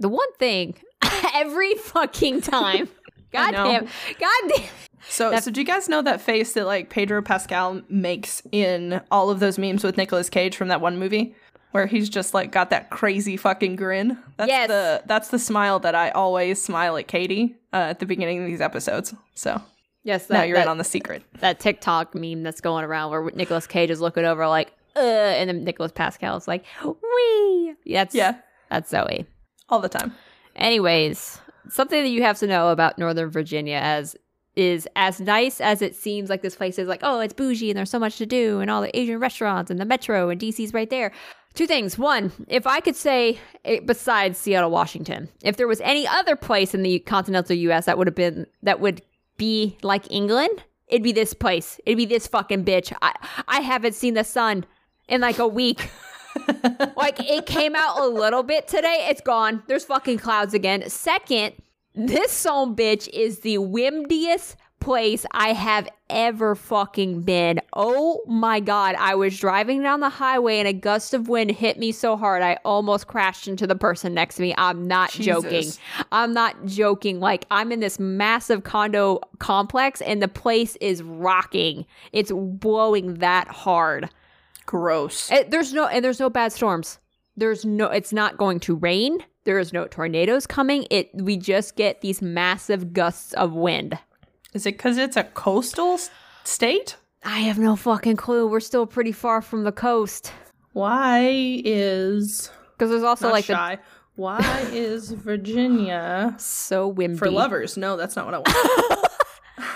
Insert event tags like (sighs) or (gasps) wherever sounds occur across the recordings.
one thing (laughs) every fucking (laughs) time. God know. damn. God damn. So, so do you guys know that face that like Pedro Pascal makes in all of those memes with Nicolas Cage from that one movie, where he's just like got that crazy fucking grin? That's Yes. the that's the smile that I always smile at Katie uh, at the beginning of these episodes. So Yes, that, now you're that, in on the secret. that TikTok meme that's going around where Nicolas Cage is looking over like, uh, and then Nicolas Pascal is like, wee. That's, Yeah, That's Zoe. all the time. Anyways, something that you have to know about Northern Virginia as is as nice as it seems like this place is like, oh, it's bougie and there's so much to do and all the Asian restaurants and the metro and DC's right there. Two things. One, if I could say eh, besides Seattle, Washington, if there was any other place in the continental US that would have been that would be like England, it'd be this place. It'd be this fucking bitch. I I haven't seen the sun in like a week. Like it came out a little bit today. It's gone. There's fucking clouds again. Second, this song bitch is the windiest place I have ever fucking been. Oh my god, I was driving down the highway and a gust of wind hit me so hard I almost crashed into the person next to me. I'm not Jesus. joking. I'm not joking. Like I'm in this massive condo complex and the place is rocking. It's blowing that hard. Gross. It, Eh, there's no and there's no bad storms. There's no it's not going to rain. There is no tornadoes coming. It we just get these massive gusts of wind. Is it because it's a coastal s- state? I have no fucking clue. We're still pretty far from the coast Why is because there's also not like shy? Why is Virginia the so windy. for lovers? No, that's not what I want. (laughs)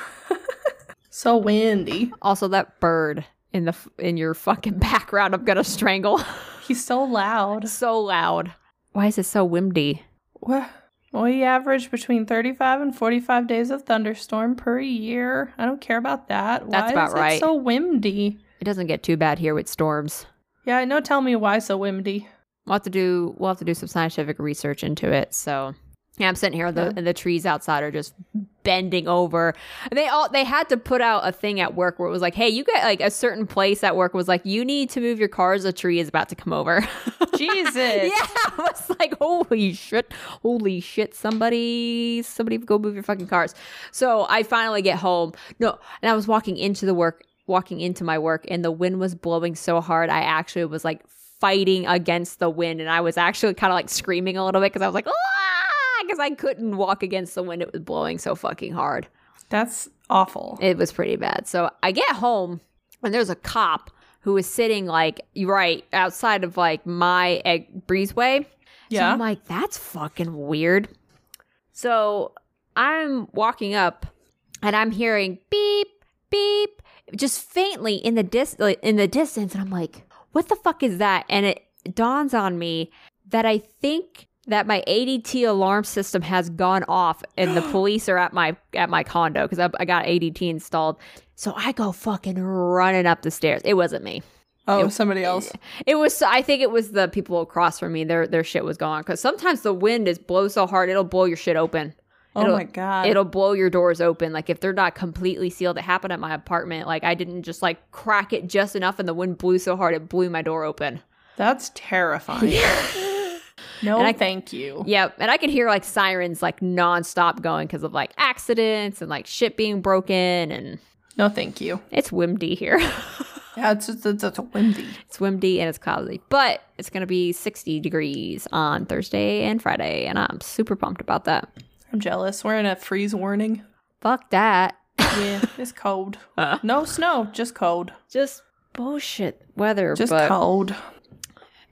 so windy. Also that bird in the f- in your fucking (laughs) background. I'm gonna strangle. (laughs) He's so loud. so loud. Why is it so windy? Wha- We average between 35 and 45 days of thunderstorm per year. I don't care about that. That's why about is right. It so windy. It doesn't get too bad here with storms. Yeah, I know. Tell me why so windy. We'll have to do we'll have to do some scientific research into it. So yeah, I'm sitting here the and the trees outside are just bending over. And they all they had to put out a thing at work where it was like, hey, you got like a certain place at work was like, you need to move your cars. A tree is about to come over. (laughs) (laughs) Jesus. yeah, (laughs) I was like, holy shit, holy shit, somebody, somebody go move your fucking cars. So I finally get home. No, and I was walking into the work, walking into my work, and the wind was blowing so hard, I actually was like fighting against the wind, and I was actually kind of like screaming a little bit because I was like, because I couldn't walk against the wind; it was blowing so fucking hard. That's awful. It was pretty bad. So I get home and there's a cop who is sitting like right outside of like my egg breezeway. So yeah. I'm like, that's fucking weird. So I'm walking up and I'm hearing beep, beep, just faintly in the dis- like, in the distance, and I'm like, what the fuck is that? And it dawns on me that I think that my ADT alarm system has gone off and the police are at my at my condo because I, I got ADT installed. So I go fucking running up the stairs. It wasn't me. oh, somebody else. It was. I think it was the people across from me. Their their shit was going on because sometimes the wind is blow so hard it'll blow your shit open. Oh it'll- my God. It'll blow your doors open. Like if they're not completely sealed. It happened at my apartment. Like I didn't just like crack it just enough, and the wind blew so hard it blew my door open. That's terrifying. (laughs) No, And I- thank you. Yep. And I could hear like sirens like nonstop going because of like accidents and like shit being broken, and No, thank you. it's windy here. (laughs) Yeah, it's it's, it's, it's windy. It's windy and it's cloudy, but it's going to be 60 degrees on Thursday and Friday, and I'm super pumped about that. I'm jealous. We're in a freeze warning. Fuck that. Yeah, it's cold. Uh. No snow, just cold. Just bullshit weather, Just but cold.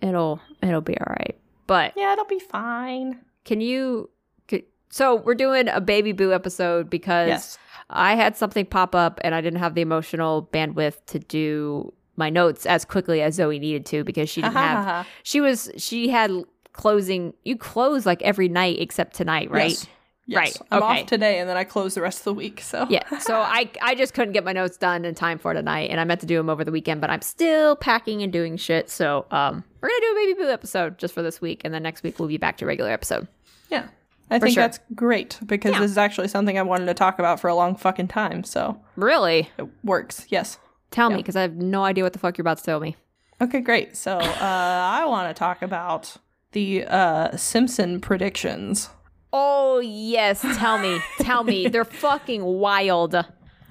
it'll it'll be all right. But Yeah, it'll be fine. can you could, so we're doing a baby boo episode because I had something pop up and I didn't have the emotional bandwidth to do my notes as quickly as Zoe needed to because she didn't have (laughs) she was she had closing you close like every night except tonight, right? Yes. Yes. Right, I'm okay. off today and then I close the rest of the week. So yeah (laughs) so i i just couldn't get my notes done in time for tonight and i meant to do them over the weekend but i'm still packing and doing shit so um we're gonna do a baby boo episode just for this week and then next week we'll be back to regular episode Yeah. I think sure. that's great because Yeah. this is actually something I wanted to talk about for a long fucking time. So really it works. Yes. tell me because i have no idea what the fuck you're about to tell me (laughs) Okay, great. So uh, I want to talk about the uh, Simpson predictions. Oh yes, tell me, tell (laughs) me, they're fucking wild.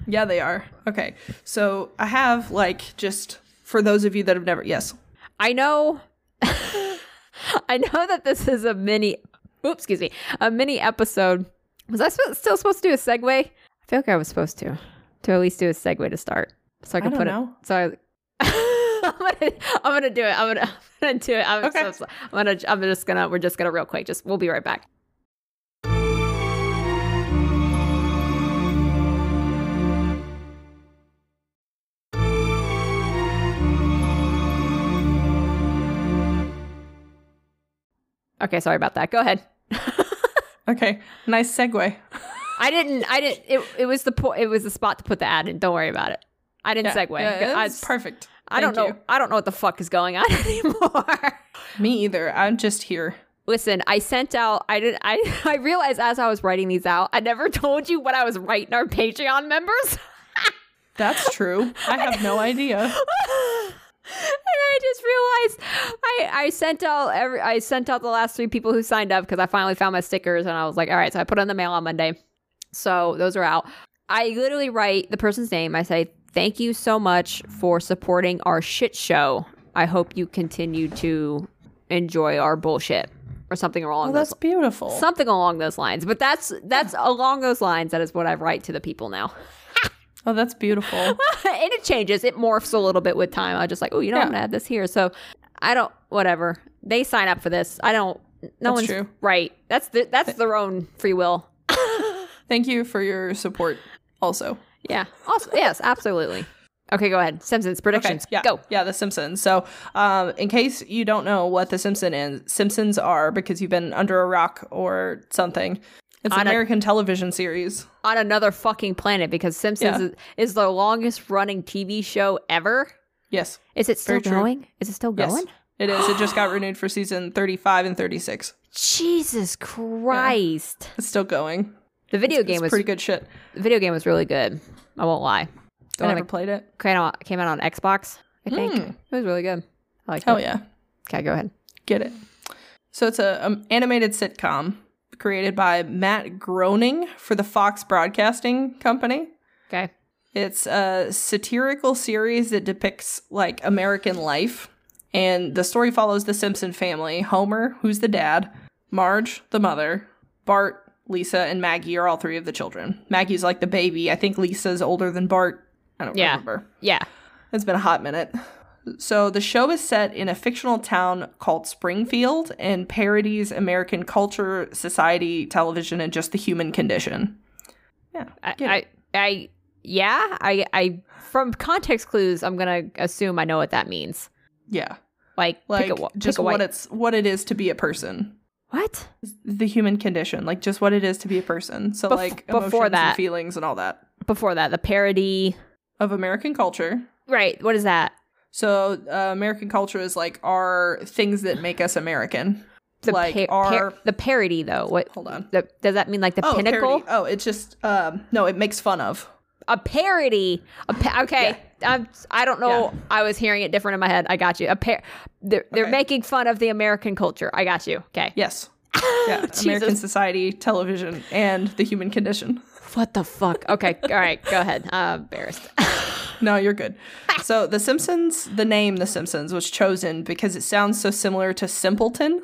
Yeah, they are. Okay. So I have, like, just for those of you that have never, yes. I know, (laughs) I know that this is a mini. Oops, excuse me, a mini episode. Was I sp- still supposed to do a segue? I feel like I was supposed to, to at least do a segue to start, so I I can don't put know. it. So (laughs) I. I'm gonna, I'm gonna do it. I'm gonna, (laughs) I'm gonna do it. I'm, Okay. so, so- I'm gonna. I'm just gonna. We're just gonna real quick. Just we'll be right back. Okay, sorry about that. Go ahead. (laughs) Okay. Nice segue. I didn't. I didn't. It, it was the po- It was the spot to put the ad in. Don't worry about it. I didn't segue. I, It's perfect. I don't know. Thank I don't know what the fuck is going on (laughs) anymore. you. Me either. I'm just here. Listen, I sent out. I didn't. I (laughs) I realized as I was writing these out, I never (laughs) told you what I was writing our Patreon members, (laughs) That's true. I have no idea. and I just realized I I sent out every. I sent out the last three people who signed up because I finally found my stickers, and I was like, all right. So I put it in the mail on Monday. So those are out. I literally write the person's name. I say, thank you so much for supporting our shit show. I hope you continue to enjoy our bullshit or something along Well, those that's beautiful. something along those lines but that's that's along those lines that is what i write to the people now (laughs) oh, that's beautiful. and it changes it morphs a little bit with time i just like oh you know i'm Yeah. gonna add this here so i don't whatever they sign up for this i don't no That's one's true. right that's the, that's their own free will Thank you for your support also. yeah also yes absolutely okay go ahead simpsons predictions yeah, go Yeah, The Simpsons. So, um, in case you don't know what The Simpson and Simpsons are because you've been under a rock or something, it's I an don't- American television series. on another fucking planet because simpsons Yeah. is, is the longest running tv show ever Yes, is it still Very true. going is it still yes, going it is. It just got renewed for season thirty-five and thirty-six. jesus christ It's still going. The video It's game was pretty good shit. the video game was really good. I won't lie. I Kinda never played it. Came out, came out on Xbox, I think. Mm. It was really good. I like Hell it. Oh, yeah, Okay, go ahead. get it. So it's a um, animated sitcom created by Matt Groening for the Fox Broadcasting Company. Okay. It's a satirical series that depicts like American life. And the story follows the Simpson family Homer, who's the dad, Marge, the mother, Bart, Lisa, and Maggie are all three of the children. Maggie's like the baby. I think Lisa's older than Bart. I don't Yeah. remember. Yeah. It's been a hot minute. So the show is set in a fictional town called Springfield and parodies American culture, society, television, and just the human condition. Yeah. I, get it. I, I yeah, I I from context clues, I'm gonna assume I know what that means. yeah. Like, like pick a, wa- pick just a what white- it's what it is to be a person what? the human condition like just what it is to be a person so Bef- like before emotions that. and feelings and all that Before that, the parody. of american culture Right. What is that? so uh, american culture is like our things that make us american The like pa- par- our the parody though. What? hold on The, does that mean like the oh pinnacle? parody. oh it's just um no it makes fun of a parody. A pa- okay, I'm, I don't know. I was hearing it different in my head. I got you. A par- they're, they're Okay. making fun of the American culture. I got you. Okay. yes yeah american society television and the human condition What the fuck? Okay. (laughs) All right. Go ahead. I'm embarrassed. (laughs) No, you're good. So, The Simpsons, the name The Simpsons was chosen because it sounds so similar to simpleton,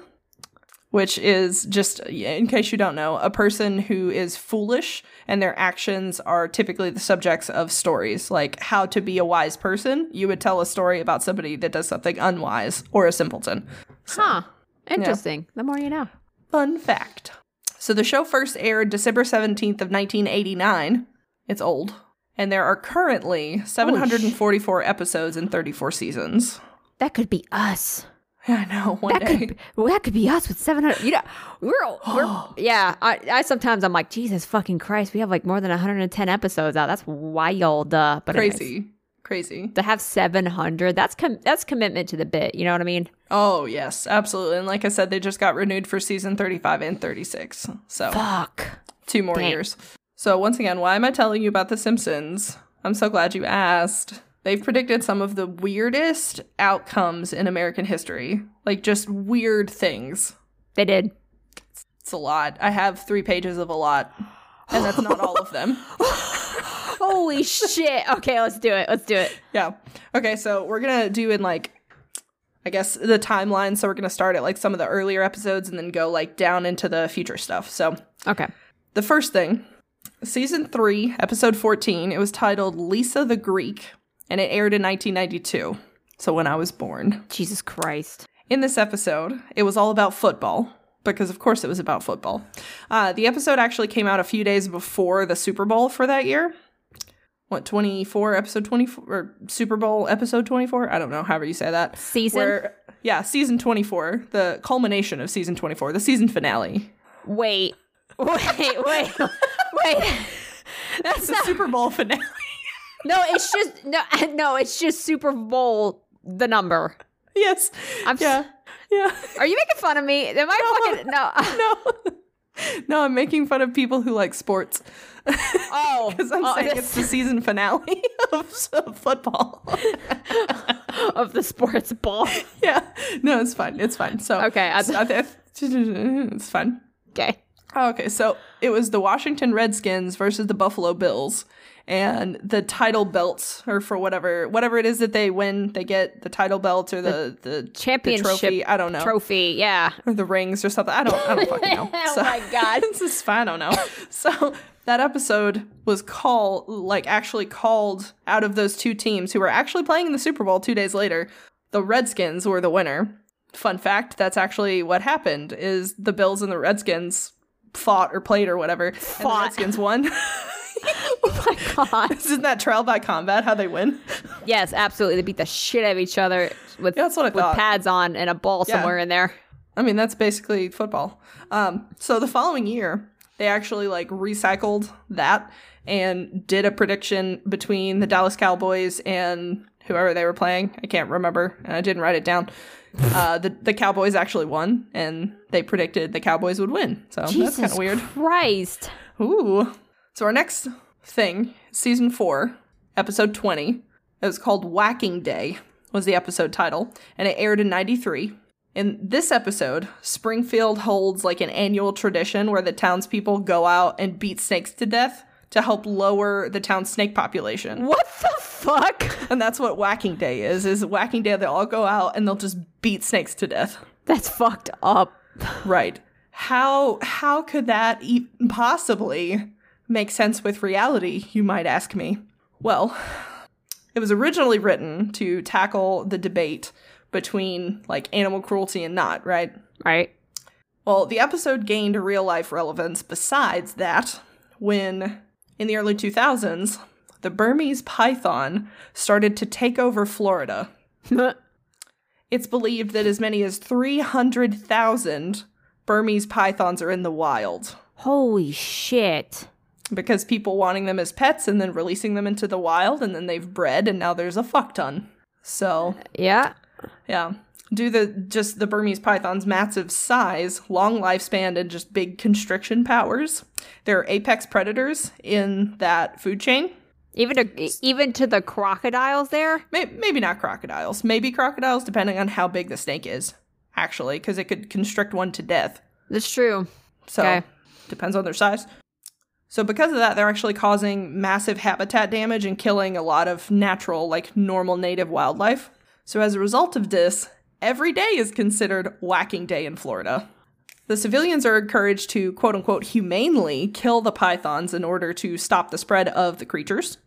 which is just, in case you don't know, a person who is foolish and their actions are typically the subjects of stories. Like, how to be a wise person, you would tell a story about somebody that does something unwise or a simpleton. huh. Interesting. The more you know. Fun fact. So the show first aired December 17th of 1989. It's old. And there are currently 744 episodes and 34 seasons. (laughs) That could be us. Yeah, I know. One That day. could be, well, that could be us with 700. You know, we're, all- we're (gasps) yeah. I, I sometimes I'm like, Jesus fucking Christ, we have like more than 110 episodes out. That's wild. Uh, but anyways. Crazy. Crazy. to have 700, that's com- that's commitment to the bit. You know what I mean? Oh, yes, absolutely. And like I said, they just got renewed for season 35 and 36. So Fuck. two more Dang. years. So once again, why am I telling you about The Simpsons? I'm so glad you asked. They've predicted some of the weirdest outcomes in American history, like just weird things. They did. It's a lot. I have three pages of a lot, and that's not all of them. (laughs) Holy shit. Okay, let's do it. Let's do it. Yeah. Okay, so we're gonna do in like I guess the timeline. So we're gonna start at like some of the earlier episodes and then go like down into the future stuff. So Okay. the first thing, season three, episode fourteen, it was titled Lisa the Greek, and it aired in nineteen ninety two. So when I was born. Jesus Christ. In this episode, it was all about football. Because of course it was about football. Uh, the episode actually came out a few days before the Super Bowl for that year. What twenty four episode twenty four or Super Bowl episode twenty four? I don't know. However you say that Season. where yeah season 24 the culmination of season 24 the season (laughs) finale Wait. Wait, wait. wait. That's the not super bowl finale (laughs) No, it's just no (laughs) no, it's just Super Bowl the number. yes I'm s- yeah yeah (laughs) Are you making fun of me? Am I fucking (laughs) no? no (laughs) no i'm making fun of people who like sports Oh, because i'm oh, (laughs) saying this- it's the season finale (laughs) of s- of football of the sports ball. (laughs) (laughs) yeah no it's fine it's fine so Okay, I- so I th- (laughs) it's fine Oh, Okay. Okay, so it was the Washington Redskins versus the Buffalo Bills, and the title belts, or for whatever whatever it is that they win, they get the title belts or the the, the Championship trophy. I Oh. don't know, Trophy, yeah. or the rings or something. I don't I don't fucking know. (laughs) Oh So- (laughs) my God. this is fine. I don't know. (laughs) So that episode was called like actually called out of those two teams who were actually playing in the Super Bowl two days later. The Redskins were the winner. Fun fact: that's actually what happened. Is the Bills and the Redskins fought or played or whatever, and the Fought. Redskins won. (laughs) Oh my god. Isn't that trial by combat how they win? Yes, absolutely. They beat the shit out of each other with Yeah, that's what I with thought. pads on and a ball Yeah. somewhere in there. I mean, that's basically football. Um, so the following year, they actually like recycled that and did a prediction between the Dallas Cowboys and whoever they were playing. I can't remember, and I didn't write it down. Uh, the the Cowboys actually won, and they predicted the Cowboys would win. So that's kind of weird. Christ. Ooh. So our next thing, season four, episode twenty. It was called Whacking Day, was the episode title, and it aired in ninety-three. In this episode, Springfield holds like an annual tradition where the townspeople go out and beat snakes to death to help lower the town's snake population. What the fuck? And that's what Whacking Day is, is Whacking Day they'll all go out and they'll just beat snakes to death. That's fucked up. Right. How how could that e- possibly make sense with reality, you might ask me? Well, it was originally written to tackle the debate between like animal cruelty and not, right? Right? (laughs) Well, the episode gained real life relevance besides that when, in the early 2000s, the Burmese python started to take over Florida. It's believed that as many as 300,000 Burmese pythons are in the wild Holy shit. because people wanting them as pets and then releasing them into the wild and then they've bred and now there's a fuck ton. So, Yeah. yeah. Due to just the Burmese python's massive size, long lifespan, and just big constriction powers, they're apex predators in that food chain. Even to, even to the crocodiles there? May- Maybe not crocodiles. Maybe crocodiles, depending on how big the snake is, actually, because it could constrict one to death. That's true. So Okay. depends on their size. So because of that, they're actually causing massive habitat damage and killing a lot of natural, like normal native wildlife. So as a result of this, every day is considered whacking day in Florida. The civilians are encouraged to quote unquote humanely kill the pythons in order to stop the spread of the creatures.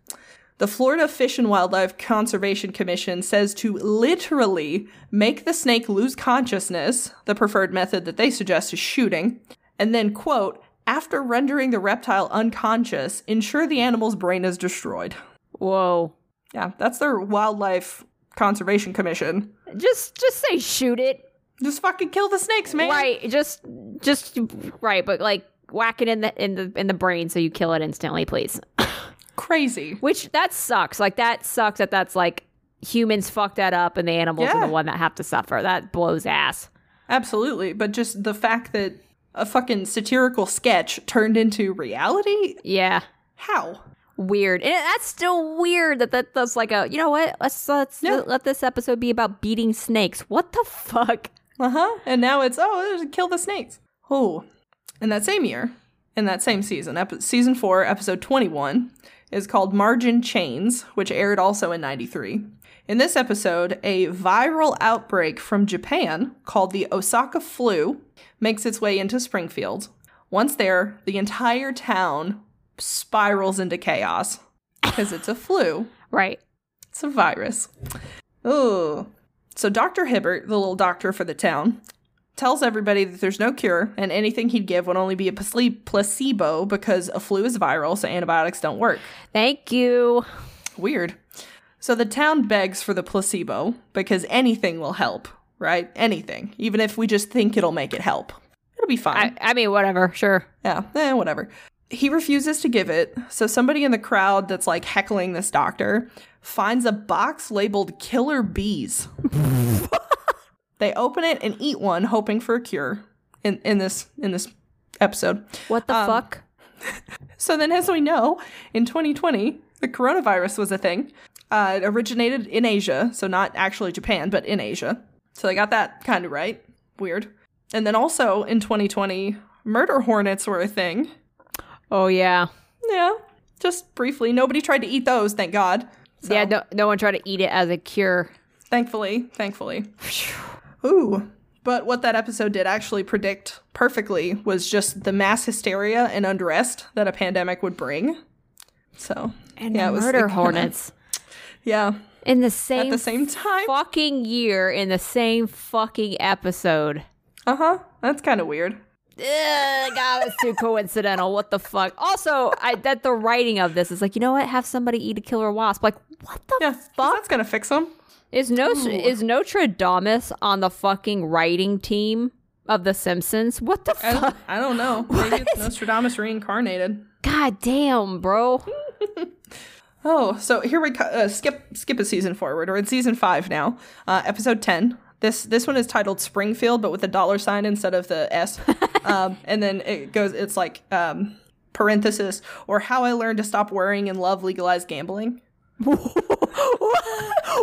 The Florida Fish and Wildlife Conservation Commission says to literally make the snake lose consciousness, the preferred method that they suggest is shooting, and then, quote, after rendering the reptile unconscious, ensure the animal's brain is destroyed. Whoa. Yeah, that's their Wildlife Conservation Commission. Just just say shoot it. Just fucking kill the snakes, man. Right. Just just right, but like whack it in the in the in the brain so you kill it instantly, please. Crazy. Which that sucks. Like that sucks that that's like humans fuck that up and the animals are Yeah. the one that have to suffer. That blows ass. Absolutely. But just the fact that a fucking satirical sketch turned into reality? Yeah. How? weird. And that's still weird that, that that's like a you know what? Let's let's Yeah. let this episode be about beating snakes. What the fuck? Uh huh. And now it's oh, there's- kill the snakes. Oh, in that same year, in that same season, epi- season four, episode twenty-one is called "Margin Chains," which aired also in '93. In this episode, a viral outbreak from Japan called the Osaka flu makes its way into Springfield. Once there, the entire town spirals into chaos because it's a flu. Right. It's a virus. Ooh. So Dr. Hibbert, the little doctor for the town, tells everybody that there's no cure and anything he'd give would only be a plac- placebo because a flu is viral, so antibiotics don't work. Thank you. Weird. So the town begs for the placebo because anything will help, right? Anything. Even if we just think it'll make it help. It'll be fine. I, I mean, whatever. Sure. Yeah, eh, whatever. He refuses to give it, so somebody in the crowd that's like heckling this doctor finds a box labeled killer bees. (laughs) they open it and eat one, hoping for a cure in, in this in this episode. What the Um, fuck? So then as we know, in 2020, the coronavirus was a thing. Uh, it originated in Asia, so not actually Japan, but in Asia. So they got that kind of right. Weird. And then also in 2020, murder hornets were a thing. Oh yeah. Yeah, just briefly. Nobody tried to eat those, thank God. So, Yeah. No, no one tried to eat it as a cure. thankfully, thankfully. Ooh. But what that episode did actually predict perfectly was just the mass hysteria and unrest that a pandemic would bring. So, And Yeah, (laughs) it was murder like- (laughs) hornets yeah, in the same at the same time. fucking year in the same fucking episode. Uh huh. That's kind of weird. Ugh, God, that's too coincidental. What the fuck? Also, I that the writing of this is like, you know what? Have somebody eat a killer wasp. Like, what the Yeah, 'cause that's going to fix them. Is no is Nostradamus on the fucking writing team of The Simpsons? What the I fuck? don't, I don't know. Maybe it's Nostradamus reincarnated. God damn, bro. Oh, so here we co- uh, skip skip a season forward. We're in season five now, uh, episode ten. This this one is titled Springfield, but with a dollar sign instead of the S. um, and then it goes. It's like um, parenthesis or how I learned to stop worrying and love legalized gambling. (laughs)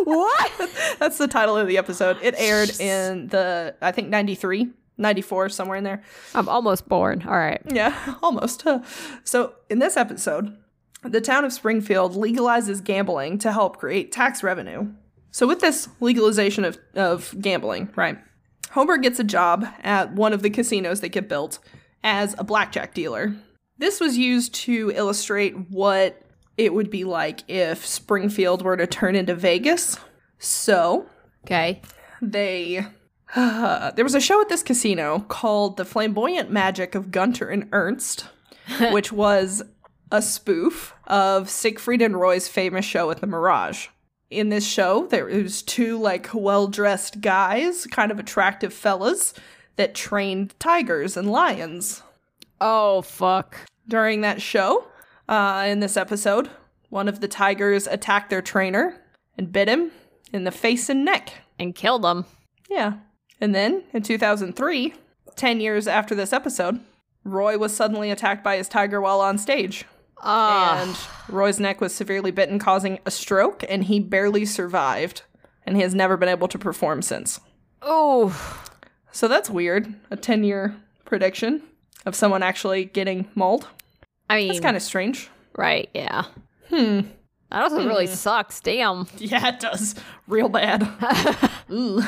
what? That's the title of the episode. It aired in the I think 93, 94, somewhere in there. I'm almost born. All right. (laughs) Yeah, almost. huh. So, in this episode, the town of Springfield legalizes gambling to help create tax revenue. So, with this legalization of, of gambling, right, Homer gets a job at one of the casinos that get built as a blackjack dealer. This was used to illustrate what it would be like if Springfield were to turn into Vegas. So, Okay. they (sighs) there was a show at this casino called the flamboyant magic of gunter and ernst which was a spoof of siegfried and roy's famous show at the mirage in this show there was two like well-dressed guys kind of attractive fellas that trained tigers and lions Oh fuck. during that show uh, in this episode one of the tigers attacked their trainer and bit him in the face and neck And killed them. yeah. And then in 2003, 10 years after this episode, Roy was suddenly attacked by his tiger while on stage. Ah. And Roy's neck was severely bitten, causing a stroke, and he barely survived. And he has never been able to perform since. oh. So that's weird. A 10 year prediction of someone actually getting mauled. I mean, That's kind of strange. right. Yeah. Hmm. That also really sucks. Damn. (laughs) Yeah, it does. Real bad. (laughs) Ooh.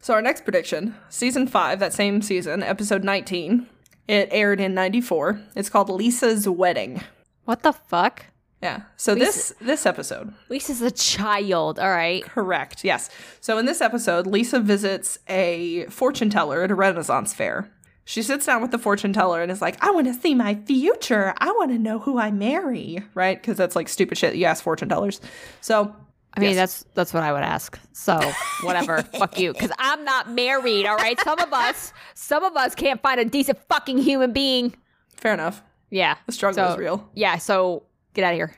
So our next prediction, season five, that same season, episode nineteen. It aired in '94. It's called Lisa's Wedding. What the fuck? Yeah. So this this episode, Lisa's a child. All right. correct? Yes. So in this episode, Lisa visits a fortune teller at a Renaissance fair. She sits down with the fortune teller and is like, "I want to see my future. I want to know who I marry." Right? Because that's like stupid shit you ask fortune tellers. So I mean, Yes. that's that's what I would ask. So (laughs) whatever, fuck you, because I'm not married. All right, some of us, some of us can't find a decent fucking human being. fair enough. Yeah, The struggle So- is real. yeah. So get out of here.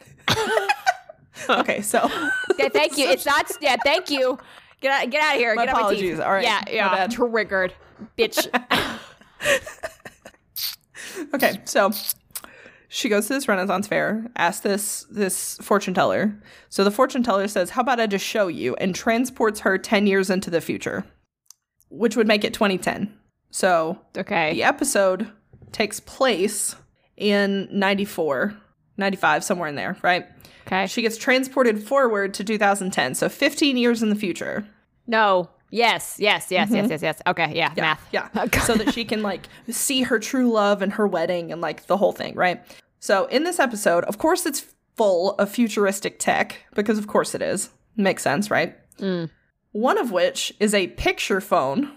Okay. So (laughs) Yeah, thank you. It's not. Yeah, thank you. Get out. Get out of here. My get Out my apologies. teeth. All right. Yeah. My Yeah. bad. Triggered, (laughs) bitch. Okay, so she goes to this Renaissance fair, asks this this fortune teller. So the fortune teller says, "How about I just show you?" and transports her 10 years into the future, which would make it 2010. So Okay. the episode takes place in 94, 95 somewhere in there, right? Okay. She gets transported forward to 2010, so 15 years in the future. no. Yes. Yes. Yes. Yes. Yes. Yes. Okay. Yeah. Mm-hmm. Yeah, Math. (laughs) Yeah. so that she can like see her true love and her wedding and like the whole thing, right? So in this episode, of course it's full of futuristic tech because of course it is. Makes sense, right? Mm. One of which is a picture phone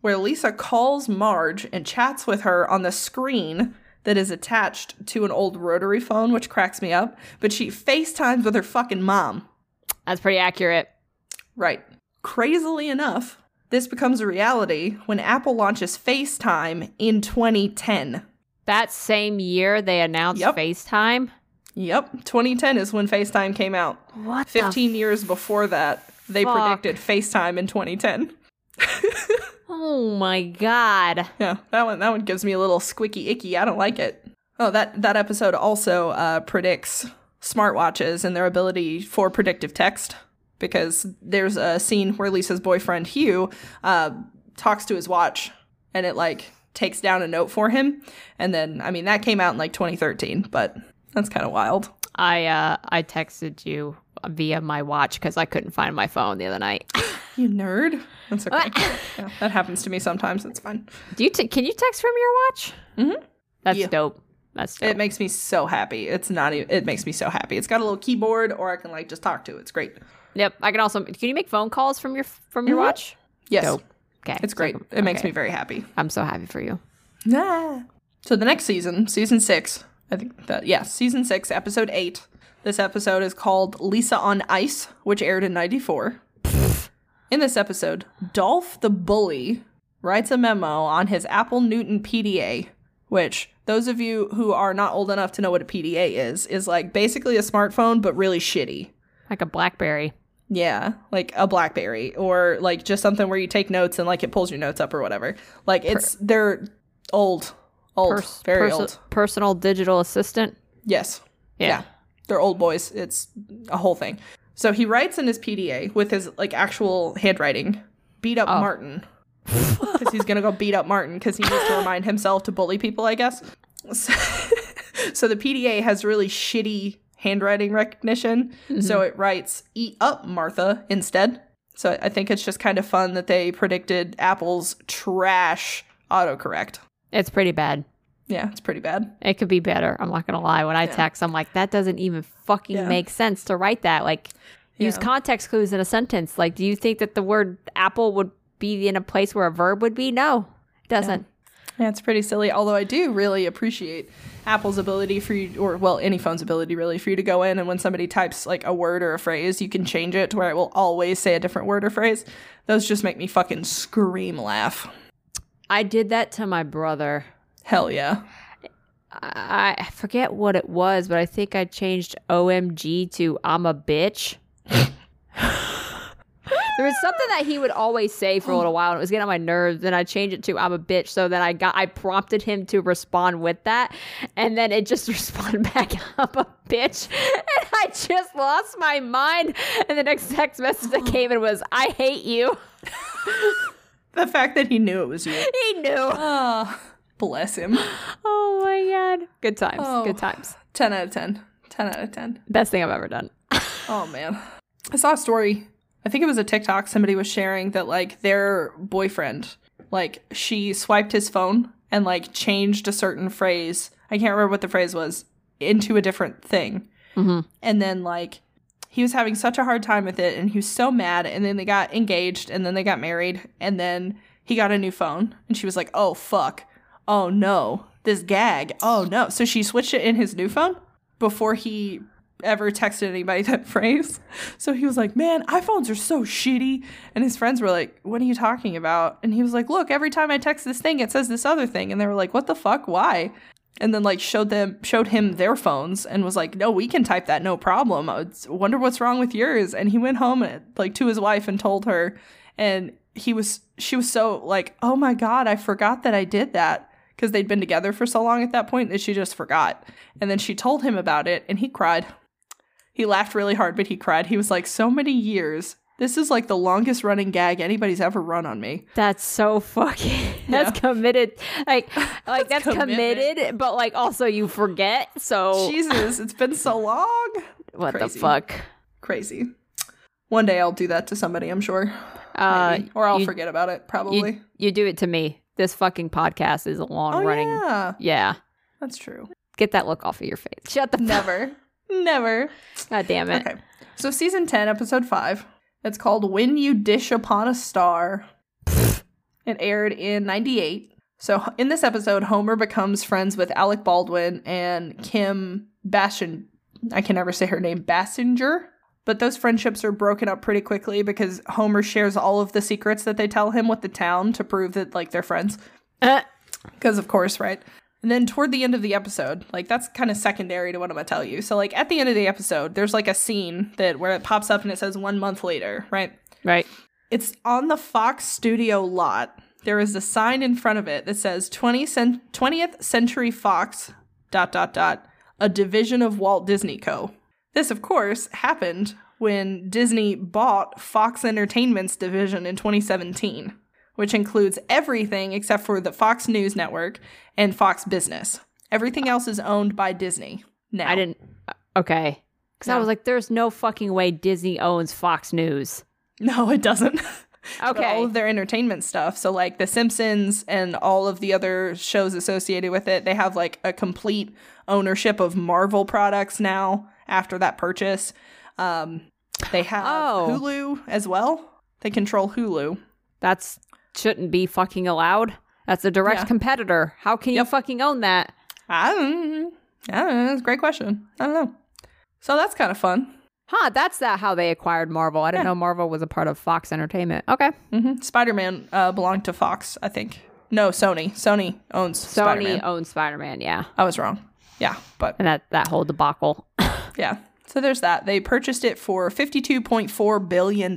where Lisa calls Marge and chats with her on the screen that is attached to an old rotary phone, which cracks me up, but she FaceTimes with her fucking mom. That's pretty accurate. Right. Crazily enough, this becomes a reality when Apple launches FaceTime in 2010. That same year they announced Yep. FaceTime. Yep, 2010 is when FaceTime came out. What? the 15 years before that, they fuck? predicted FaceTime in 2010. f- oh my god. Yeah, that one that one gives me a little squeaky icky. I don't like it. Oh, that that episode also uh, predicts smartwatches and their ability for predictive text because there's a scene where Lisa's boyfriend Hugh uh, talks to his watch and it like takes down a note for him. And then I mean that came out in like 2013, but that's kind of wild. I uh I texted you via my watch because I couldn't find my phone the other night. (laughs) You nerd. That's okay. Yeah, that happens to me sometimes. It's fine. Do you t- can you text from your watch? Mhm. That's Yeah. dope. That's dope. It makes me so happy. It's not. e- It makes me so happy. It's got a little keyboard, or I can like just talk to it. It's great. yep. I can also can you make phone calls from your from your Mhm. watch? Yes, Dope. Okay. it's So- great. It makes okay. me very happy. I'm so happy for you. Yeah. So the next season, season six, I think that yeah, season six, episode eight. This episode is called Lisa on Ice, which aired in '94. In this episode, Dolph the bully writes a memo on his Apple Newton PDA, which those of you who are not old enough to know what a PDA is is like basically a smartphone but really shitty. Like a BlackBerry. Yeah, like a BlackBerry or like just something where you take notes and like it pulls your notes up or whatever. Like it's they're old, old, Pers- very perso- old. Personal digital assistant. Yes. Yeah. They're old boys. It's a whole thing. So he writes in his PDA with his like actual handwriting, beat up Martin. Because he's gonna go beat up Martin because he needs to remind himself to bully people, I guess. So, (laughs) so the PDA has really shitty handwriting recognition. So it writes eat up Martha instead. So I think it's just kind of fun that they predicted Apple's trash autocorrect. It's pretty bad. Yeah, it's pretty bad. It could be better. I'm not gonna lie. When I text, I'm like, that doesn't even fucking Yeah. make sense to write that. Like, use Yeah. context clues in a sentence. Like, do you think that the word apple would be in a place where a verb would be? No, it doesn't. Yeah, it's pretty silly. Although I do really appreciate Apple's ability for you, or well, any phone's ability really, for you to go in and when somebody types like a word or a phrase, you can change it to where it will always say a different word or phrase. Those just make me fucking scream laugh. I did that to my brother. Hell yeah. I, I forget what it was, but I think I changed OMG to I'm a bitch. there was something that he would always say for a little while, and it was getting on my nerves. Then I changed it to I'm a bitch, so then I got I prompted him to respond with that, and then it just (laughs) responded back I'm a bitch, and I just lost my mind. And the next text message that came in was I hate you. (laughs) The fact that he knew it was you. He knew. Ah, bless him. Oh my god, good times, Oh. good times. 10 out of 10. 10 out of 10. Best thing I've ever done. Oh man. I saw a story. I think it was a TikTok somebody was sharing that like their boyfriend, like she swiped his phone and like changed a certain phrase. I can't remember what the phrase was into a different thing. Mhm. And then like he was having such a hard time with it and he was so mad and then they got engaged and then they got married and then he got a new phone and she was like, "Oh fuck. Oh no. This gag. Oh no." So she switched it in his new phone before he ever texted anybody (laughs) that phrase. So he was like, Man, iPhones are so shitty. And his friends were like, What are you talking about? And he was like, Look, every time I text this thing, it says this other thing. And they were like, What the fuck? Why? And then like showed them showed him their phones and was like, No, we can type that, no problem. I was- wonder what's wrong with yours. And he went home and, like to his wife and told her and he was she was so like, Oh my god, I forgot that I did that. because they'd been together for so long at that point that she just forgot. And then she told him about it and he cried. He laughed really hard, but he cried. He was like, So many years. This is like the longest running gag anybody's ever run on me. That's so fucking. (laughs) That's committed. Like, like that's, commitment. committed, but like also you forget. So Jesus, it's been so long. what crazy. the fuck? Crazy. One day I'll do that to somebody, I'm sure. Uh, Maybe. or I'll you- forget about it, probably. you, you do it to me. This fucking podcast is a long oh, running. Yeah. yeah. That's true. Get that look off of your face. Shut the fuck. Never. Never. (laughs) God damn it. Okay. So season 10, episode 5. It's called When You Dish Upon a Star. it aired in 98. So in this episode, Homer becomes friends with Alec Baldwin and Kim Bashin. I can never say her name, Bassinger. But those friendships are broken up pretty quickly because Homer shares all of the secrets that they tell him with the town to prove that like they're friends. Uh, Because, of course, right? And then toward the end of the episode, like that's kind of secondary to what I'm gonna tell you. So, like at the end of the episode, there's like a scene that where it pops up and it says one month later, right? (laughs) right. It's on the Fox studio lot. There is a sign in front of it that says 20 cent- 20th Century Fox, dot, dot, dot, a division of Walt Disney Co. This, of course, happened when Disney bought Fox Entertainment's division in 2017, which includes everything except for the Fox News Network and Fox Business. Everything else is owned by Disney now. I didn't. uh, Okay. Because I No. was like, there's no fucking way Disney owns Fox News. (laughs) No, it doesn't. (laughs) But Okay. all of their entertainment stuff. So like The Simpsons and all of the other shows associated with it, they have like a complete ownership of Marvel products now after that purchase. Um, they have Oh. Hulu as well. They control Hulu. That's shouldn't be fucking allowed. That's a direct Yeah. competitor. How can you fucking own that? I don't, I don't know. That's a great question. I don't know. So that's kind of fun. Huh, that's that how they acquired Marvel. I didn't know Marvel was a part of Fox Entertainment. Okay. hmm Spider-Man uh, belonged to Fox, I think. No, Sony. Sony owns Sony Spider-Man. owns Spider-Man, yeah. I was wrong. Yeah, but And that that whole debacle. (laughs) Yeah. So there's that. They purchased it for $52.4 billion.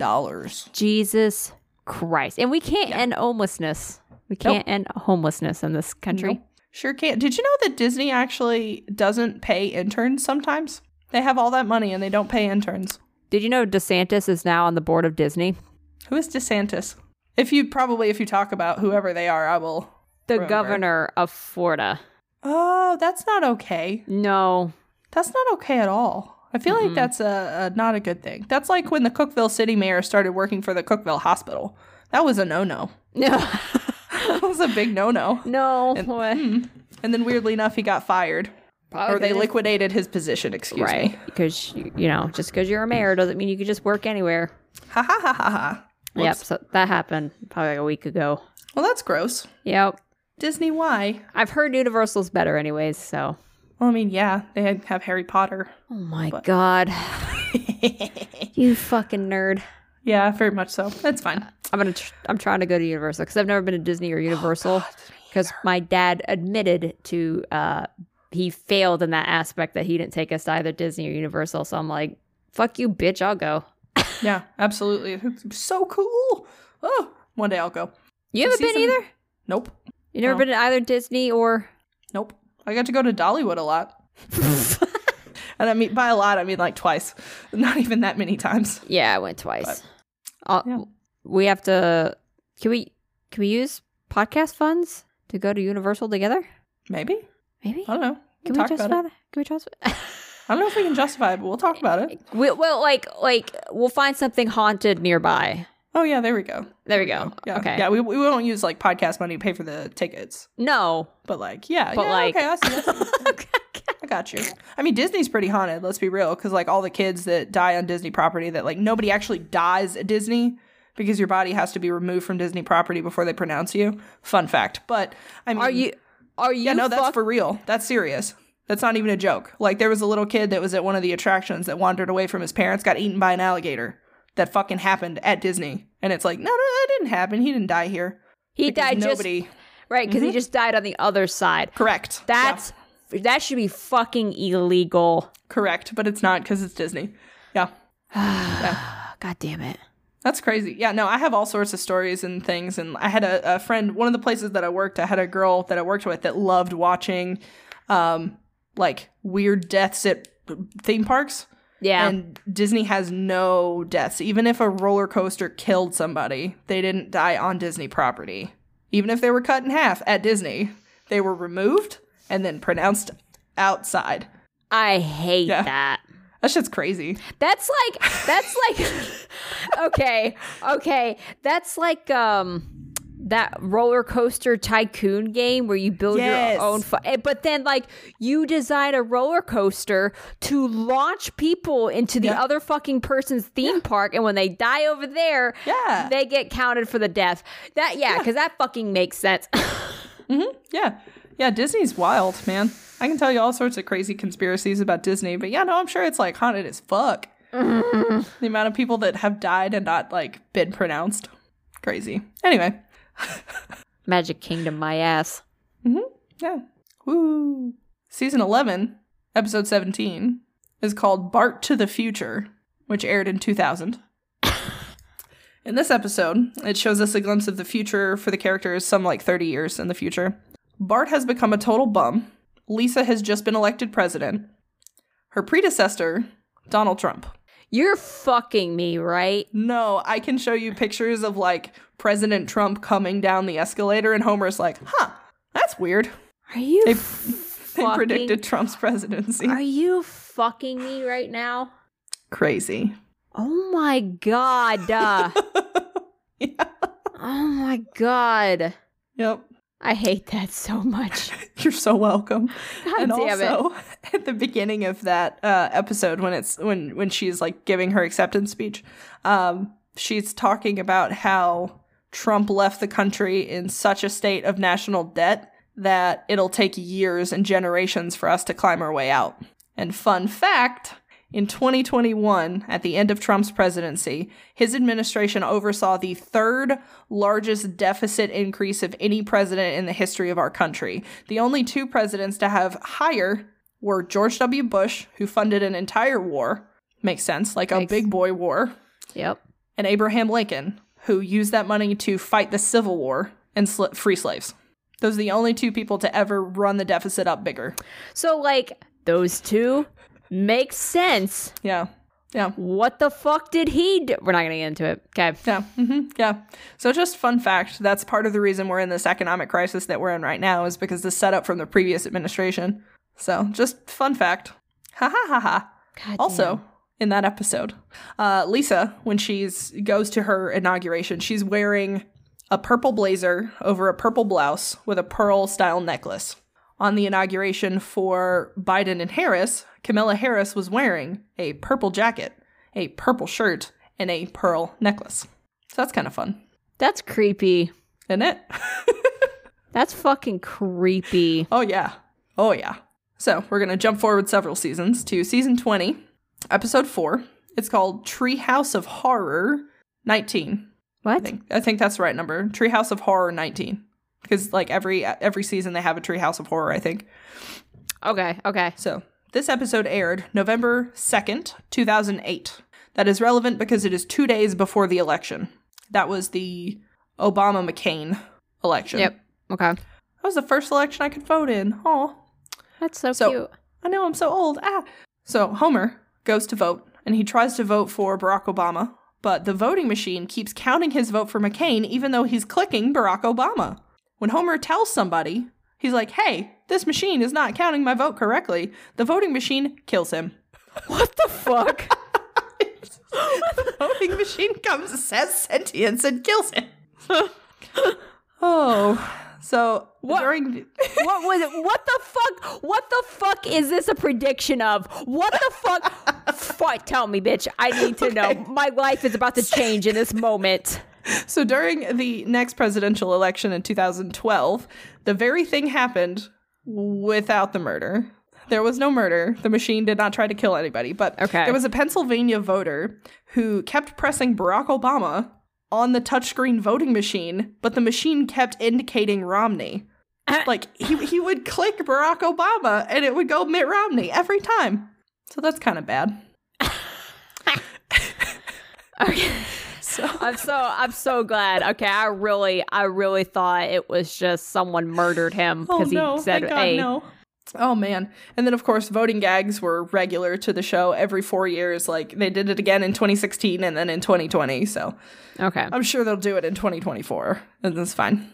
Jesus Christ. And we can't end homelessness. We can't end homelessness in this country. Sure can. Did you know that Disney actually doesn't pay interns sometimes? They have all that money and they don't pay interns. Did you know DeSantis is now on the board of Disney? Who is DeSantis? If you probably, if you talk about whoever they are, I will. The Remember. governor of Florida. Oh, that's not okay. No. That's not okay at all. I feel like that's a, a not a good thing. That's like when the Cookville city mayor started working for the Cookville hospital. That was a no no. (laughs) No. (laughs) That was a big no no. (laughs) no. And then weirdly enough, he got fired. or they liquid. liquidated his position. Excuse me. right because you you know just because you're a mayor doesn't mean you can just work anywhere Ha ha ha ha ha. yep so that happened probably like a week ago Well, that's gross. yep Disney, why? i've heard universal's better anyways so Well, I mean, yeah, they had- have Harry Potter. oh my (laughs) god you fucking nerd Yeah, very much so. That's fine. i'm gonna tr- i'm trying to go to universal because i've never been to disney or universal because my dad admitted to uh he failed in that aspect that he didn't take us to either disney or universal so i'm like fuck you bitch i'll go Yeah, absolutely. It's so cool. Oh, one day I'll go. you haven't See been some- either Nope. you never No. been to either disney (laughs) or Nope. I got to go to Dollywood a lot. and I mean, by a lot, I mean like twice. (laughs) Not even that many times. Yeah, I went twice. I'll- yeah. We have to. Can we? Can we use podcast funds to go to Universal together? Maybe. Maybe. I don't know. Can We'll we talk justify about it. that? Can we justify? I don't know if we can justify it, but we'll talk about it. we, well, like, like we'll find something haunted nearby. Oh, yeah, there we go. There we go. Yeah. Okay. Yeah, we, we won't use like podcast money to pay for the tickets. (laughs) No. But like, yeah, But, yeah, like- okay, I, see, I, see. I got you. I mean, Disney's pretty haunted. Let's be real, because like all the kids that die on Disney property, that like nobody actually dies at Disney because your body has to be removed from Disney property before they pronounce you. Fun fact. But I mean, Are you? Are you? Yeah, no, that's fuck- for real. That's serious. That's not even a joke. Like there was a little kid that was at one of the attractions that wandered away from his parents, got eaten by an alligator. That fucking happened at Disney, and it's like, no, no, that didn't happen. He didn't die here. he Because died Nobody. just right because he just died on the other side. Correct. Yeah. That's that should be fucking illegal. Correct, but it's not because it's Disney. Yeah. God damn Oh, it. That's crazy. Yeah, no, I have all sorts of stories and things. And I had a, a friend, one of the places that I worked, I had a girl that I worked with that loved watching um, like weird deaths at theme parks. Yeah. And Disney has no deaths. Even if a roller coaster killed somebody, they didn't die on Disney property. Even if they were cut in half at Disney, they were removed and then pronounced outside. I hate Yeah. that. That shit's crazy. That's like (laughs) that's like okay, okay. That's like um that roller coaster tycoon game where you build Yes. your own fu- eh, but then like you design a roller coaster to launch people into the Yeah. other fucking person's theme park and when they die over there Yeah. they get counted for the death that yeah because that fucking makes sense (laughs) Yeah. Yeah, Disney's wild, man. I can tell you all sorts of crazy conspiracies about Disney, but yeah, no, I'm sure it's like haunted as fuck. the amount of people that have died and not like been pronounced. Crazy. Anyway. magic kingdom my ass Yeah. Woo. Season 11, episode 17, is called Bart to the Future, which aired in 2000. in this episode, it shows us a glimpse of the future for the characters, some like 30 years in the future. Bart has become a total bum. Lisa has just been elected president. Her predecessor, Donald Trump. you're fucking me right No, I can show you pictures of like President Trump coming down the escalator, and Homer's like, huh, that's weird. are you (laughs) They- They fucking- predicted Trump's presidency. (laughs) Are you fucking me right now? Crazy. Oh my god. (laughs) uh. Yeah. Oh my god. Yep. I hate that so (laughs) much. (laughs) You're so welcome. God and damn it. also (laughs) at the beginning of that uh, episode when it's when when she's like giving her acceptance speech, um, she's talking about how Trump left the country in such a state of national debt that it'll take years and generations for us to climb our way out. And fun fact, in 2021, at the end of Trump's presidency, his administration oversaw the third largest deficit increase of any president in the history of our country. The only two presidents to have higher were George W. Bush, who funded an entire war, makes sense, like Makes- a big boy war, Yep. and Abraham Lincoln, who used that money to fight the Civil War and sl- free slaves. Those are the only two people to ever run the deficit up bigger. So like those two make sense. Yeah. Yeah. What the fuck did he do? We're not gonna get into it. Okay. Yeah. hmm Yeah. So, just fun fact that's part of the reason we're in this economic crisis that we're in right now is because the setup from the previous administration. So, just fun fact. Ha ha ha ha. God Also, damn. in that episode, uh, Lisa, when she's goes to her inauguration, she's wearing a purple blazer over a purple blouse with a pearl style necklace. On the inauguration for Biden and Harris, Camilla Harris was wearing a purple jacket, a purple shirt, and a pearl necklace. So that's kind of fun, that's creepy. isn't it? (laughs) That's fucking creepy. Oh, yeah. Oh, yeah. So we're going to jump forward several seasons to season 20, episode 4. It's called Treehouse of Horror 19. I What? think I think that's the right number. Treehouse of Horror 19. Because like every every season they have a Treehouse of Horror, I think. Okay, okay. So, this episode aired November 2nd, 2008. That is relevant because it is 2 days before the election. That was the Obama McCain election. Yep. Okay. That was the first election I could vote in. Oh, That's so, So- cute. I know I'm so old. Ah. So Homer goes to vote and he tries to vote for Barack Obama, but the voting machine keeps counting his vote for McCain even though he's clicking Barack Obama. When Homer tells somebody, he's like, "Hey, this machine is not counting my vote correctly." The voting machine kills him. (laughs) What the (laughs) fuck? the voting machine comes, says sentience, and kills him. (laughs) oh, so during What was it? What the fuck? What the fuck is this a prediction of? What the fuck? fuck tell me, bitch. I need to know. My life is about to change in this moment. So during the next presidential election in 2012, the very thing happened without the murder. There was no murder. The machine did not try to kill anybody, but Okay. there was a Pennsylvania voter who kept pressing Barack Obama on the touchscreen voting machine, but the machine kept indicating Romney. like he he would click Barack Obama and it would go Mitt Romney every time. So that's kind of bad. Okay. So I'm so I'm so glad. Okay, I really I really thought it was just someone murdered him oh because no, he said, thank God, "Hey, no. Oh man. And then of course voting gags were regular to the show every 4 years like they did it again in 2016 and then in 2020. So okay, I'm sure they'll do it in 2024. And that's fine.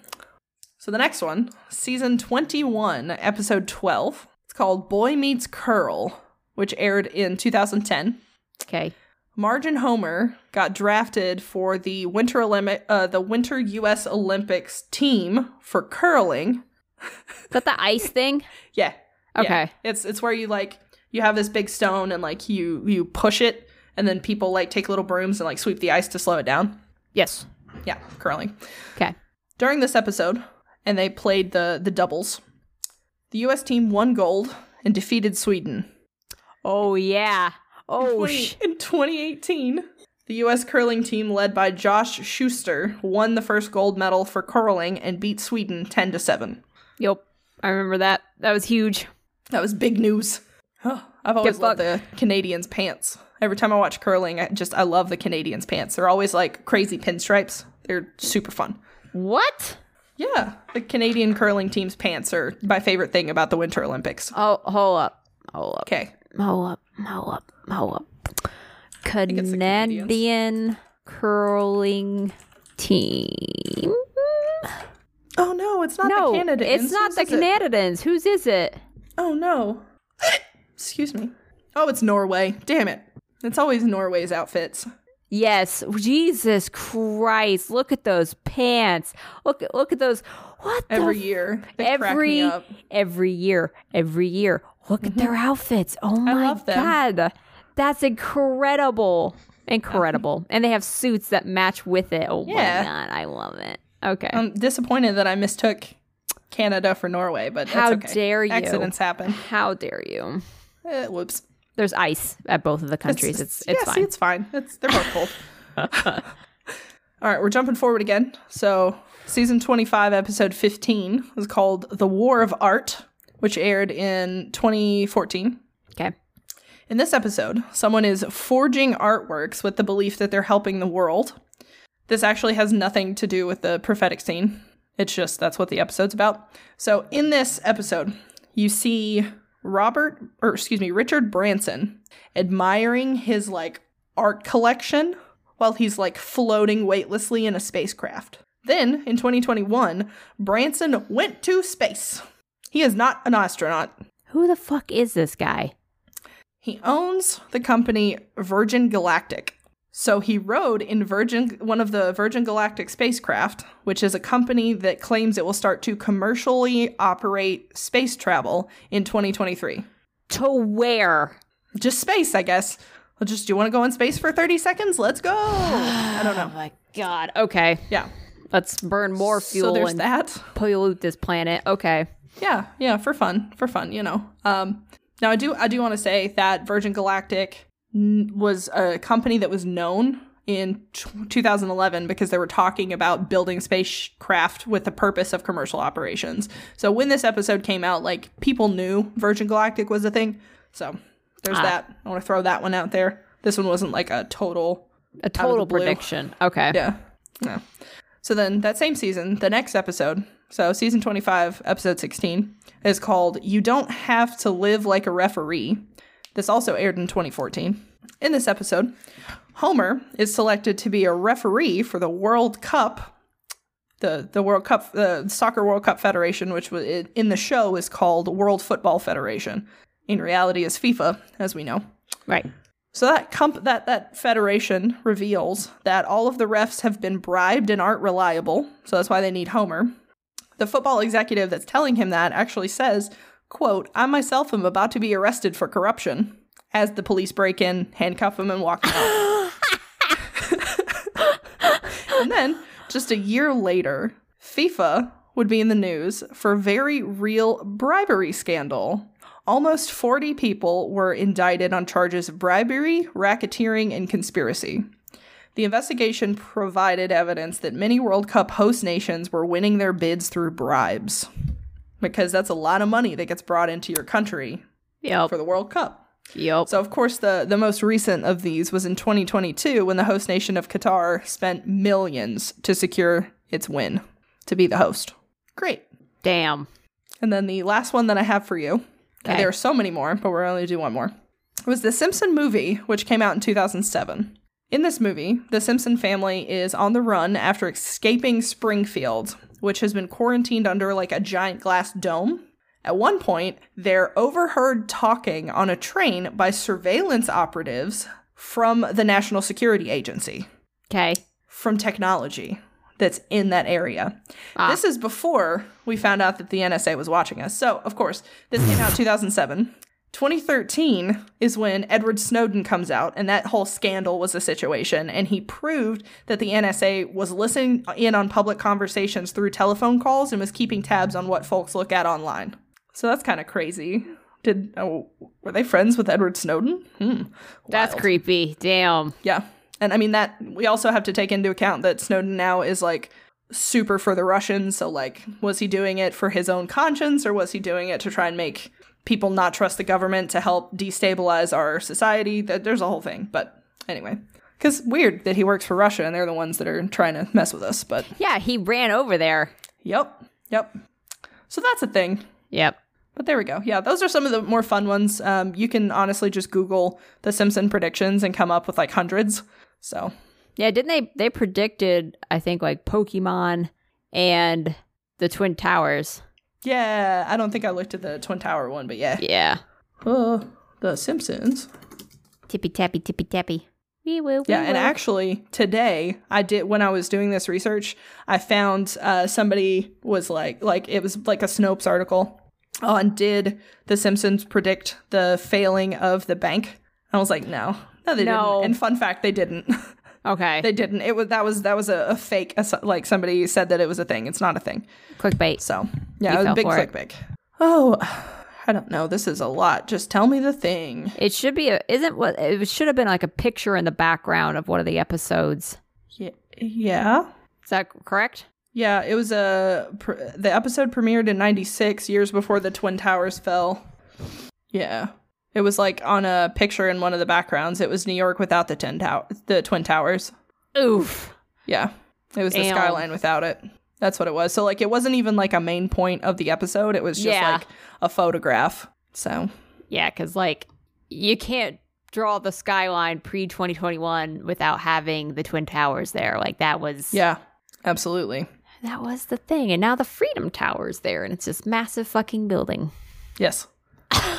So the next one, season 21, episode 12. It's called Boy Meets Curl, which aired in 2010. okay, Marge and Homer got drafted for the Winter Olympic, uh, the Winter U.S. Olympics team for curling. is that the ice thing?" Yeah. yeah. Okay. It's it's where you like you have this big stone and like you you push it and then people like take little brooms and like sweep the ice to slow it down. Yes. Yeah, curling. Okay. during this episode, and they played the the doubles. The U.S. team won gold and defeated Sweden. Oh yeah. Oh Wait, sh- in 2018, the U.S. curling team, led by Josh Schuster, won the first gold medal for curling and beat Sweden 10 to seven. Yep. I remember that. That was huge. That was big news. Huh, I've always Get loved the Canadians' pants. Every time I watch curling, I just I love the Canadians' pants. They're always like crazy pinstripes. They're super fun. What? Yeah, the Canadian curling team's pants are my favorite thing about the Winter Olympics. Oh, hold up. Hold up. Okay, Hold up. Hold up. Hold up. it's the Canadian curling team. Oh no, it's not no, the Canadians. it's not Whose the is it? Canadians. Whose is it? Oh no. (laughs) Excuse me. Oh, it's Norway. Damn it. It's always Norway's outfits. Yes, Jesus Christ! Look at those pants. Look, at look at those. What the Every f- year. They crack me every up. Mm-hmm. every year, every year. Look at their outfits. Oh my love them. god, that's incredible, (laughs) incredible. And they have suits that match with it. Oh Yeah. my god, I love it. Okay, I'm disappointed that I mistook Canada for Norway, but How that's okay. dare you. Accidents happen. how dare you? Eh, whoops. There's ice at both of the countries. It's it's, yeah, see, fine. it's fine. It's they're both cold. (laughs) All right, we're jumping forward again. So, season 25, episode 15 is called The War of Art, which aired in 2014. okay, In this episode, someone is forging artworks with the belief that they're helping the world. This actually has nothing to do with the prophetic scene. It's just that's what the episode's about. So in this episode, you see Robert or excuse me, Richard Branson admiring his like art collection while he's like floating weightlessly in a spacecraft. Then in 2021, Branson went to space. He is not an astronaut. who the fuck is this guy? He owns the company Virgin Galactic. So he rode in Virgin one of the Virgin Galactic spacecraft, which is a company that claims it will start to commercially operate space travel in 2023. To where? Just space, I guess. Well, just do you want to go in space for 30 seconds? Let's go. I don't know. Oh my god. Okay, Yeah. let's burn more so fuel there's and that. pollute this planet. Okay. Yeah, yeah, for fun, for fun, you know. Um, now I do, I do want to say that Virgin Galactic n- was a company that was known in t- 2011 because they were talking about building spacecraft with the purpose of commercial operations. So when this episode came out, like people knew Virgin Galactic was a thing. So there's Ah. that. I want to throw that one out there. This one wasn't like a total A out of the total blue. prediction. Okay. yeah. Yeah. So then that same season, the next episode, so season 25, episode 16, is called You Don't Have to Live Like a Referee. This also aired in 2014. In this episode, Homer is selected to be a referee for the World Cup, the, the World Cup, the Soccer World Cup Federation, which wa- i- in the show is called World Football Federation. In reality, is FIFA, as we know. Right. So that comp- that that federation reveals that all of the refs have been bribed and aren't reliable. So that's why they need Homer. The football executive that's telling him that actually says, "quote I myself am about to be arrested for corruption." As the police break in, handcuff him, and walk him out. and then, just a year later, FIFA would be in the news for very real bribery scandal. Almost 40 people were indicted on charges of bribery, racketeering, and conspiracy. The investigation provided evidence that many World Cup host nations were winning their bids through bribes. Because that's a lot of money that gets brought into your country Yep. for the World Cup. Yep. So, of course, the, the most recent of these was in 2022 when the host nation of Qatar spent millions to secure its win to be the host. Great. Damn. And then the last one that I have for you, and Okay. there are so many more, but we're only gonna do one more, was The Simpson Movie, which came out in 2007. In this movie, the Simpson family is on the run after escaping Springfield, which has been quarantined under like a giant glass dome. At one point, they're overheard talking on a train by surveillance operatives from the National Security Agency, Okay. from technology that's in that area. Ah. This is before we found out that the NSA was watching us. So, of course, this came out 2007. 2013 is when Edward Snowden comes out, and that whole scandal was a situation. And he proved that the NSA was listening uh, in on public conversations through telephone calls and was keeping tabs on what folks look at online. So that's kind of crazy. Did oh, were they friends with Edward Snowden? Hmm. That's Wild. creepy. Damn. Yeah. And I mean that we also have to take into account that Snowden now is like super for the Russians, so like was he doing it for his own conscience or was he doing it to try and make people not trust the government to help destabilize our society? That there's a whole thing. But anyway, cuz weird that he works for Russia and they're the ones that are trying to mess with us, but Yeah, he ran over there. yep. Yep. So that's a thing. Yep. But there we go. Yeah, those are some of the more fun ones. Um, you can honestly just Google the Simpson predictions and come up with like hundreds. So Yeah, didn't they they predicted I think like Pokemon and the Twin Towers. Yeah, I don't think I looked at the Twin Tower one, but yeah. Yeah. Uh, the Simpsons. Tippy tappy tippy tappy. Wee woo. wee Yeah, and woo. actually today I did when I was doing this research, I found uh, somebody was like like it was like a Snopes article on did the Simpsons predict the failing of the bank? I was like, no, no, they No. didn't. And fun fact, they didn't. (laughs) Okay. they didn't. It was that was that was a, a fake. ass- like somebody said that it was a thing. It's not a thing. Clickbait. So yeah, You it was a fell big for it. clickbait. Oh, (sighs) I don't know. This is a lot. Just tell me the thing. It should be a isn't what it should have been like a picture in the background of one of the episodes. Yeah, yeah, Is that correct? yeah. It was a pr- the episode premiered in '96, years before the Twin Towers fell. Yeah, it was like on a picture in one of the backgrounds. It was New York without the ten tower, the Twin Towers. Oof. Yeah, it was the Damn. skyline without it. That's what it was. So like, it wasn't even like a main point of the episode. It was just Yeah. like a photograph. So Yeah, cuz like you can't draw the skyline pre-2021 without having the Twin Towers there. Like that was yeah, absolutely. that was the thing. And now the Freedom Tower's there and it's this massive fucking building. Yes,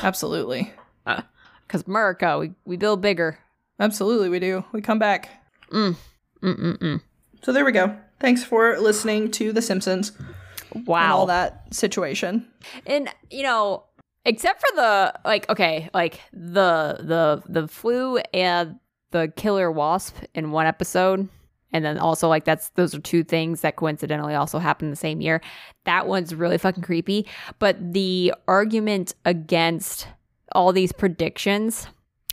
absolutely. Because America, we, we build bigger. Absolutely, we do. We come back. Mm-mm-mm. So there we go. Thanks for listening to The Simpsons and Wow. all that situation. and you know, except for the like, okay, like the the the flu and the killer wasp in one episode, and then also like that's those are two things that coincidentally also happened the same year. That one's really fucking creepy. But the argument against all these predictions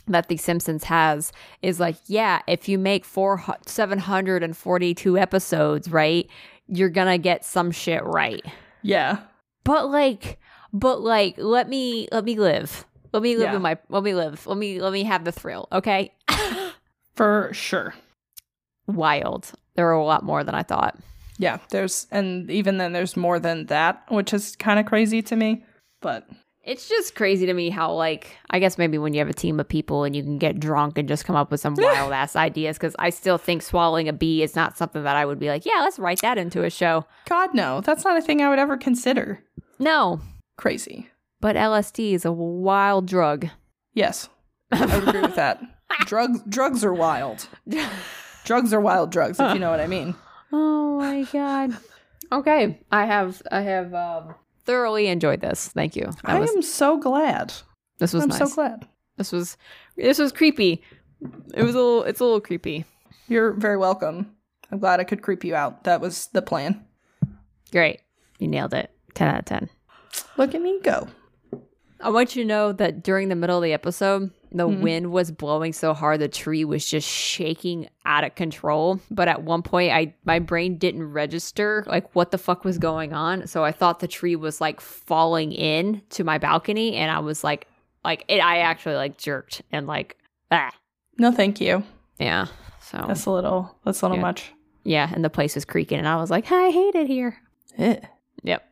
that the Simpsons has is like, yeah, if you make four seven hundred and forty two episodes, right, you're gonna get some shit right Yeah. but like but like let me let me live let me live Yeah. in my let me live let me let me have the thrill okay (laughs) For sure. wild there were a lot more than i thought Yeah, there's and even then there's more than that, which is kind of crazy to me. But it's just crazy to me how like i guess maybe when you have a team of people and you can get drunk and just come up (laughs) with some wild ass ideas because i still think swallowing a bee is not something that i would be like yeah let's write that into a show God no, that's not a thing I would ever consider. no Crazy. but lsd is a wild drug Yes. I would agree with (laughs) that. Drugs drugs are (laughs) wild. Drugs are wild drugs, if you know what I mean. oh my god (laughs) okay i have i have um thoroughly enjoyed this thank you That I was- am so glad. This was I'm nice. so glad. This was this was creepy. It was a little it's a little creepy. You're very welcome. I'm glad I could creep you out. That was the plan. Great. You nailed it. 10 out of 10. Look at me go. I want you to know that during the middle of the episode, the wind was blowing so hard the tree was just shaking out of control, but at one point I my brain didn't register like what the fuck was going on, so I thought the tree was like falling in to my balcony and I was like like it, I actually like jerked and like ah No, thank you. yeah. So That's a little. That's a little Yeah. much. yeah, and the place was creaking, and I was like, I hate it here. Eh. Yep. (laughs)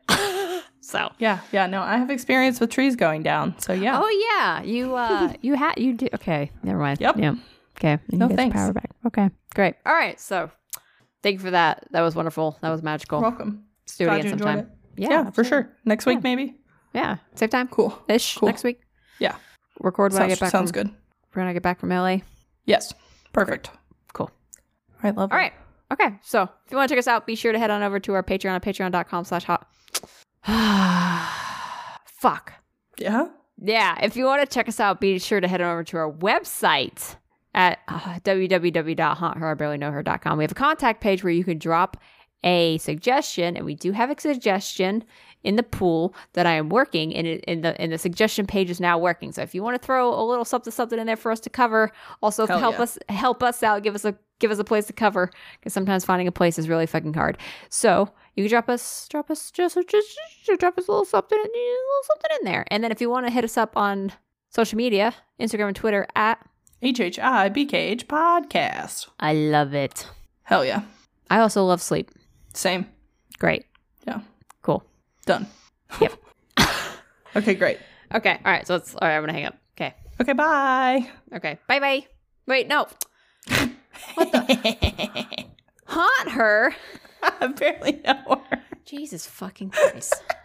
so Yeah, yeah. No, I have experience with trees going down. So yeah. Oh yeah, you (laughs) uh, you had you did okay. Never mind. Yep. Yeah. Okay. You No, get your thanks. Power back. Okay. Great. All right. So, thank you for that. That was wonderful. That was magical. Welcome. Let's do it Glad again you enjoyed sometime. it. Yeah, for sure. Next week Yeah. maybe. Yeah. Same time. Cool. Ish. Cool. Next week. Yeah. Record when I Sounds, get back. sounds from, good. When I get back from LA. Yes. Perfect. Cool. All right. Love. All right. Okay. So if you want to check us out, be sure to head on over to our Patreon at patreon.com slash hot. (sighs) Fuck. Yeah. Yeah, if you want to check us out, be sure to head on over to our website at uh, www.hauntherbarelyknowher.com. We have a contact page where you can drop a suggestion, and we do have a suggestion in the pool that I am working, and it, in the in the suggestion page is now working. So if you want to throw a little something something in there for us to cover, also Hell help yeah. us help us out, give us a give us a place to cover because sometimes finding a place is really fucking hard. So you can drop us, drop us, just, just, just drop us a little something, a little something in there. And then if you want to hit us up on social media, Instagram and Twitter at HHIBKH podcast. I love it. Hell yeah. I also love sleep. Same. Great. Yeah. Cool. Done. Yep. (laughs) okay, great. Okay. All right. So it's all right. I'm gonna hang up. Okay. Okay, bye. (laughs) Okay. Bye. Bye. Wait. No. What (laughs) the? Haunt her. I barely know her. Jesus fucking Christ.